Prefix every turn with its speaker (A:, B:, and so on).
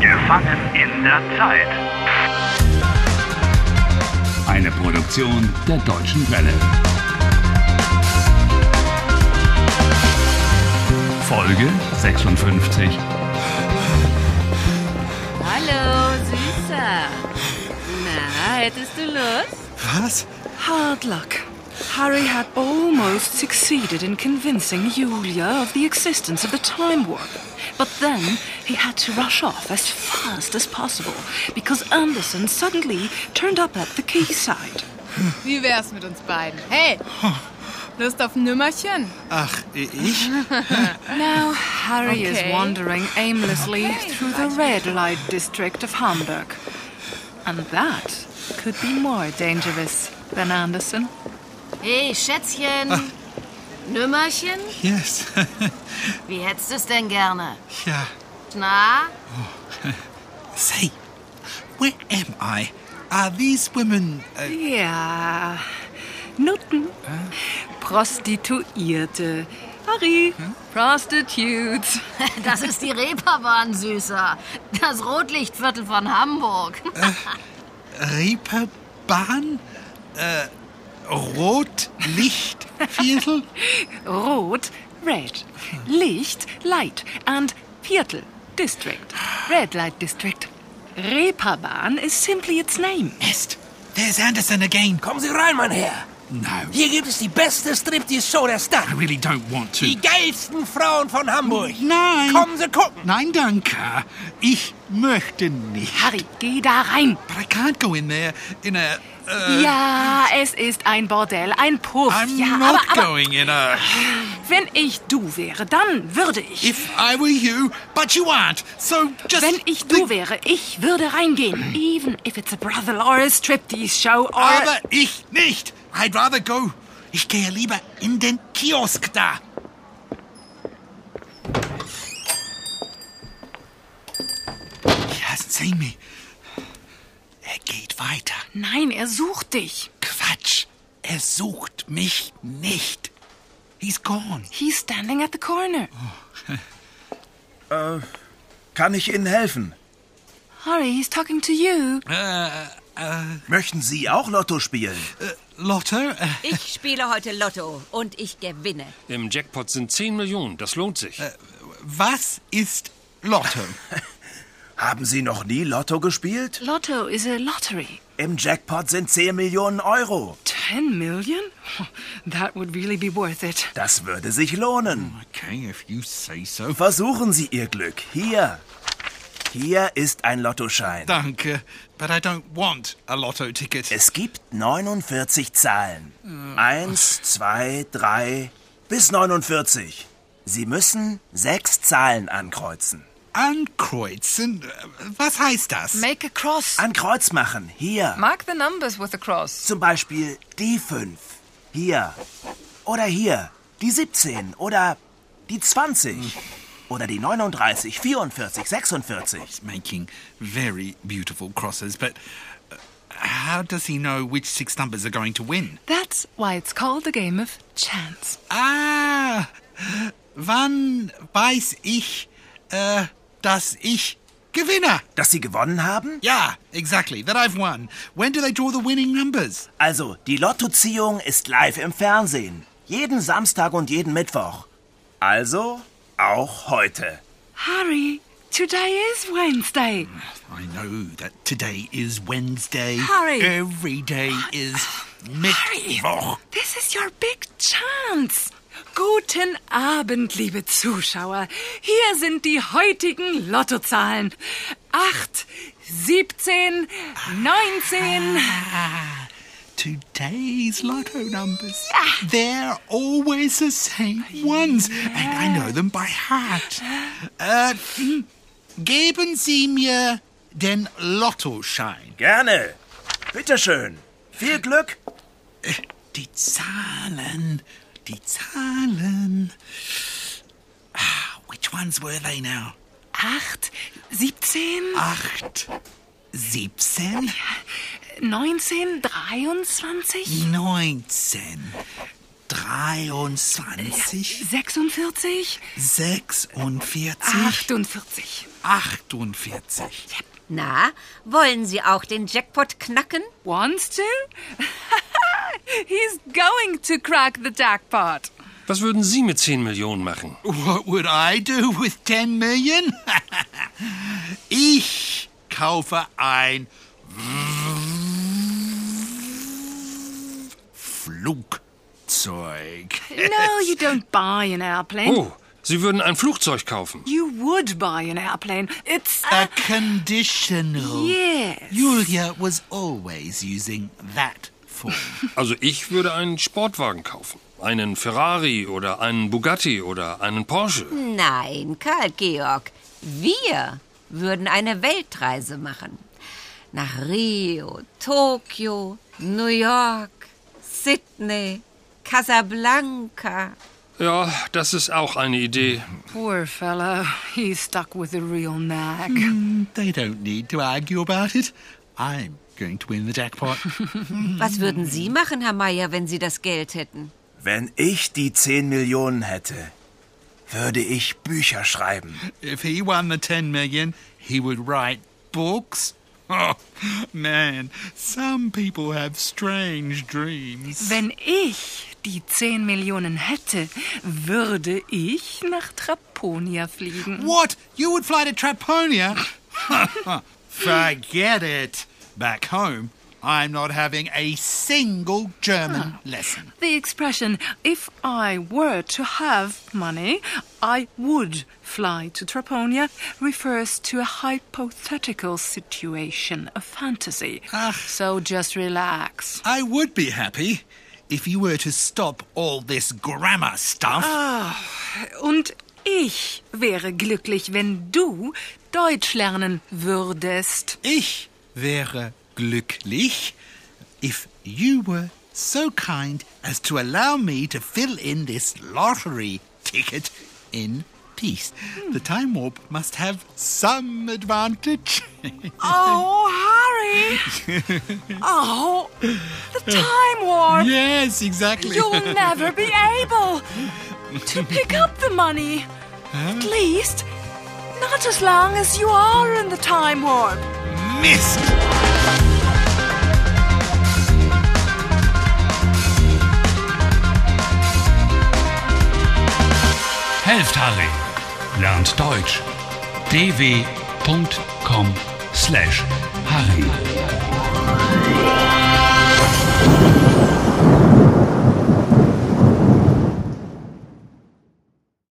A: Gefangen in der Zeit.
B: Eine Produktion der Deutschen Welle. Folge 56.
C: Hallo, Süßer. Na, hättest du Lust?
D: Was?
E: Hard luck. Harry had almost succeeded in convincing Julia of the existence of the time warp. But then he had to rush off as fast as possible because Anderson suddenly turned up at the quayside.
F: Wie wär's mit uns beiden? Hey, Lust auf ein Nümmerchen?
D: Ach, ich?
E: Now Harry
F: Okay.
E: is wandering aimlessly through the red light district of Hamburg. And that could be more dangerous than Anderson.
C: Hey, Schätzchen.
F: Ah.
C: Nümmerchen?
D: Yes.
C: Wie hättest du es denn gerne?
D: ja.
C: Na?
D: Say, where am I? Are these women... Äh,
E: Ja, Nutten. Prostituierte. Harry, Prostitutes.
C: Das ist die Reeperbahn, Süßer. Das Rotlichtviertel von Hamburg.
D: Reeperbahn? Äh, Rotlichtviertel?
E: Rot, red. Licht, light. And Viertel, district. Red light district. Reeperbahn is simply its name.
D: Mist, there's Anderson again.
G: Kommen Sie rein, mein Herr.
B: No,
G: Hier gibt es die beste Striptease-Show der Stadt.
B: I really don't want to.
G: Die geilsten Frauen von Hamburg.
D: Nein.
G: Kommen Sie gucken.
D: Nein, danke. Ich möchte nicht.
E: Harry, geh da rein.
D: But I can't go in there in a... Äh,
E: Ja, es ist ein Bordell, ein Puff.
D: I'm
E: ja,
D: not
E: aber, aber
D: going in a...
E: wenn ich du wäre, dann würde ich.
D: If I were you, but you aren't. So just...
E: Wenn ich du wäre, ich würde reingehen. Even if it's a brothel or a striptease show or...
D: Aber ich nicht. I'd rather go. Ich gehe lieber in den Kiosk da. He hasn't seen me. Er geht weiter.
E: Nein, er sucht dich.
D: Quatsch. Er sucht mich nicht. He's gone.
E: He's standing at the corner.
H: Kann ich Ihnen helfen?
E: Harry, he's talking to you.
H: Möchten Sie auch Lotto spielen?
D: Lotto? Äh,
I: Ich spiele heute Lotto und ich gewinne.
J: Im Jackpot sind 10 Millionen, das lohnt sich.
D: was ist Lotto?
H: Haben Sie noch nie Lotto gespielt?
E: Lotto is a lottery.
H: Im Jackpot sind 10 Millionen Euro.
E: Ten million? That would really be worth it.
H: Das würde sich lohnen.
D: Okay, if you say so.
H: Versuchen Sie Ihr Glück. Hier. Hier ist ein Lottoschein.
D: Danke, but I don't want a Lotto ticket.
H: Es gibt 49 Zahlen. Eins, zwei, drei bis 49. Sie müssen sechs Zahlen ankreuzen.
D: Ankreuzen? äh, Was heißt das?
E: Make a cross.
H: Ein Kreuz machen. Hier.
E: Mark the numbers with a cross.
H: Zum Beispiel die 5. Hier. Oder hier. Die 17. Oder die 20. Oder die 39, 44, 46.
D: making very beautiful crosses, but uh, how does he know which six numbers are going to win?
E: That's why it's called the game of chance.
D: Ah, wann weiß ich, äh, dass ich gewinne?
H: Dass Sie gewonnen haben?
D: Yeah, exactly, that I've won. When do they draw the winning numbers?
H: Also, die Lottoziehung ist live im Fernsehen. Jeden Samstag und jeden Mittwoch. Also, auch heute.
E: Harry, today is Wednesday.
D: I know that today is Wednesday.
I: Harry.
D: Every day is Mittwoch.
E: This is your big chance. Guten Abend, liebe Zuschauer. Hier sind die heutigen Lottozahlen. 8, 17, 19.
D: Ah, Today's lotto numbers. They're always the same ones, and I know them by heart. Äh, hm. geben Sie mir den Lottoschein.
H: Gerne. Bitteschön. Viel Glück.
D: Die Zahlen, die Zahlen. Ah, which ones were they now?
E: 8, 17,
D: Acht, siebzehn,
E: 19, 23.
D: neunzehn. 23,
E: 46?
D: 46,
E: 48.
D: 48.
I: Na, wollen Sie auch den Jackpot knacken?
E: Wants to? He's going to crack the jackpot.
J: Was würden Sie mit 10 Millionen machen?
D: What would I do with 10 million? ich kaufe ein Flugzeug.
E: No, you don't buy an airplane.
J: Oh, Sie würden ein Flugzeug kaufen.
E: You would buy an airplane. It's.
D: A conditional.
E: Yes.
D: Julia was always using that form.
J: Also ich würde einen Sportwagen kaufen. Einen Ferrari oder einen Bugatti oder einen Porsche.
I: Nein, Karl Georg, wir würden eine Weltreise machen. Nach Rio, Tokio, New York, Sydney, Casablanca.
J: Ja, das ist auch eine Idee.
E: Poor fellow. He's stuck with a real nag.
D: they don't need to argue about it. I'm going to win the jackpot.
I: Was würden Sie machen, Herr Meier, wenn Sie das Geld hätten?
H: Wenn ich die 10 Millionen hätte, würde ich Bücher schreiben.
D: if he won the 10 million, he would write books. Oh, man, some people have strange dreams.
E: Wenn ich die 10 Millionen hätte, würde ich nach Traponia fliegen.
D: What? You would fly to Traponia? Forget it. Back home, I'm not having a single German lesson.
E: The expression, if I were to have money, I would fly to Traponia, refers to a hypothetical situation, a fantasy. So just relax.
D: I would be happy if you were to stop all this grammar stuff.
E: Und ich wäre glücklich, wenn du Deutsch lernen würdest.
D: Ich wäre glücklich if you were so kind as to allow me to fill in this lottery ticket in peace. The time warp must have some advantage.
E: Oh, Harry! oh, the time war!
D: yes, exactly.
E: You'll never be able to pick up the money. At least, not as long as you are in the time warp.
D: missed.
B: Helft Harry. Lernt Deutsch. dw.com slash Harry.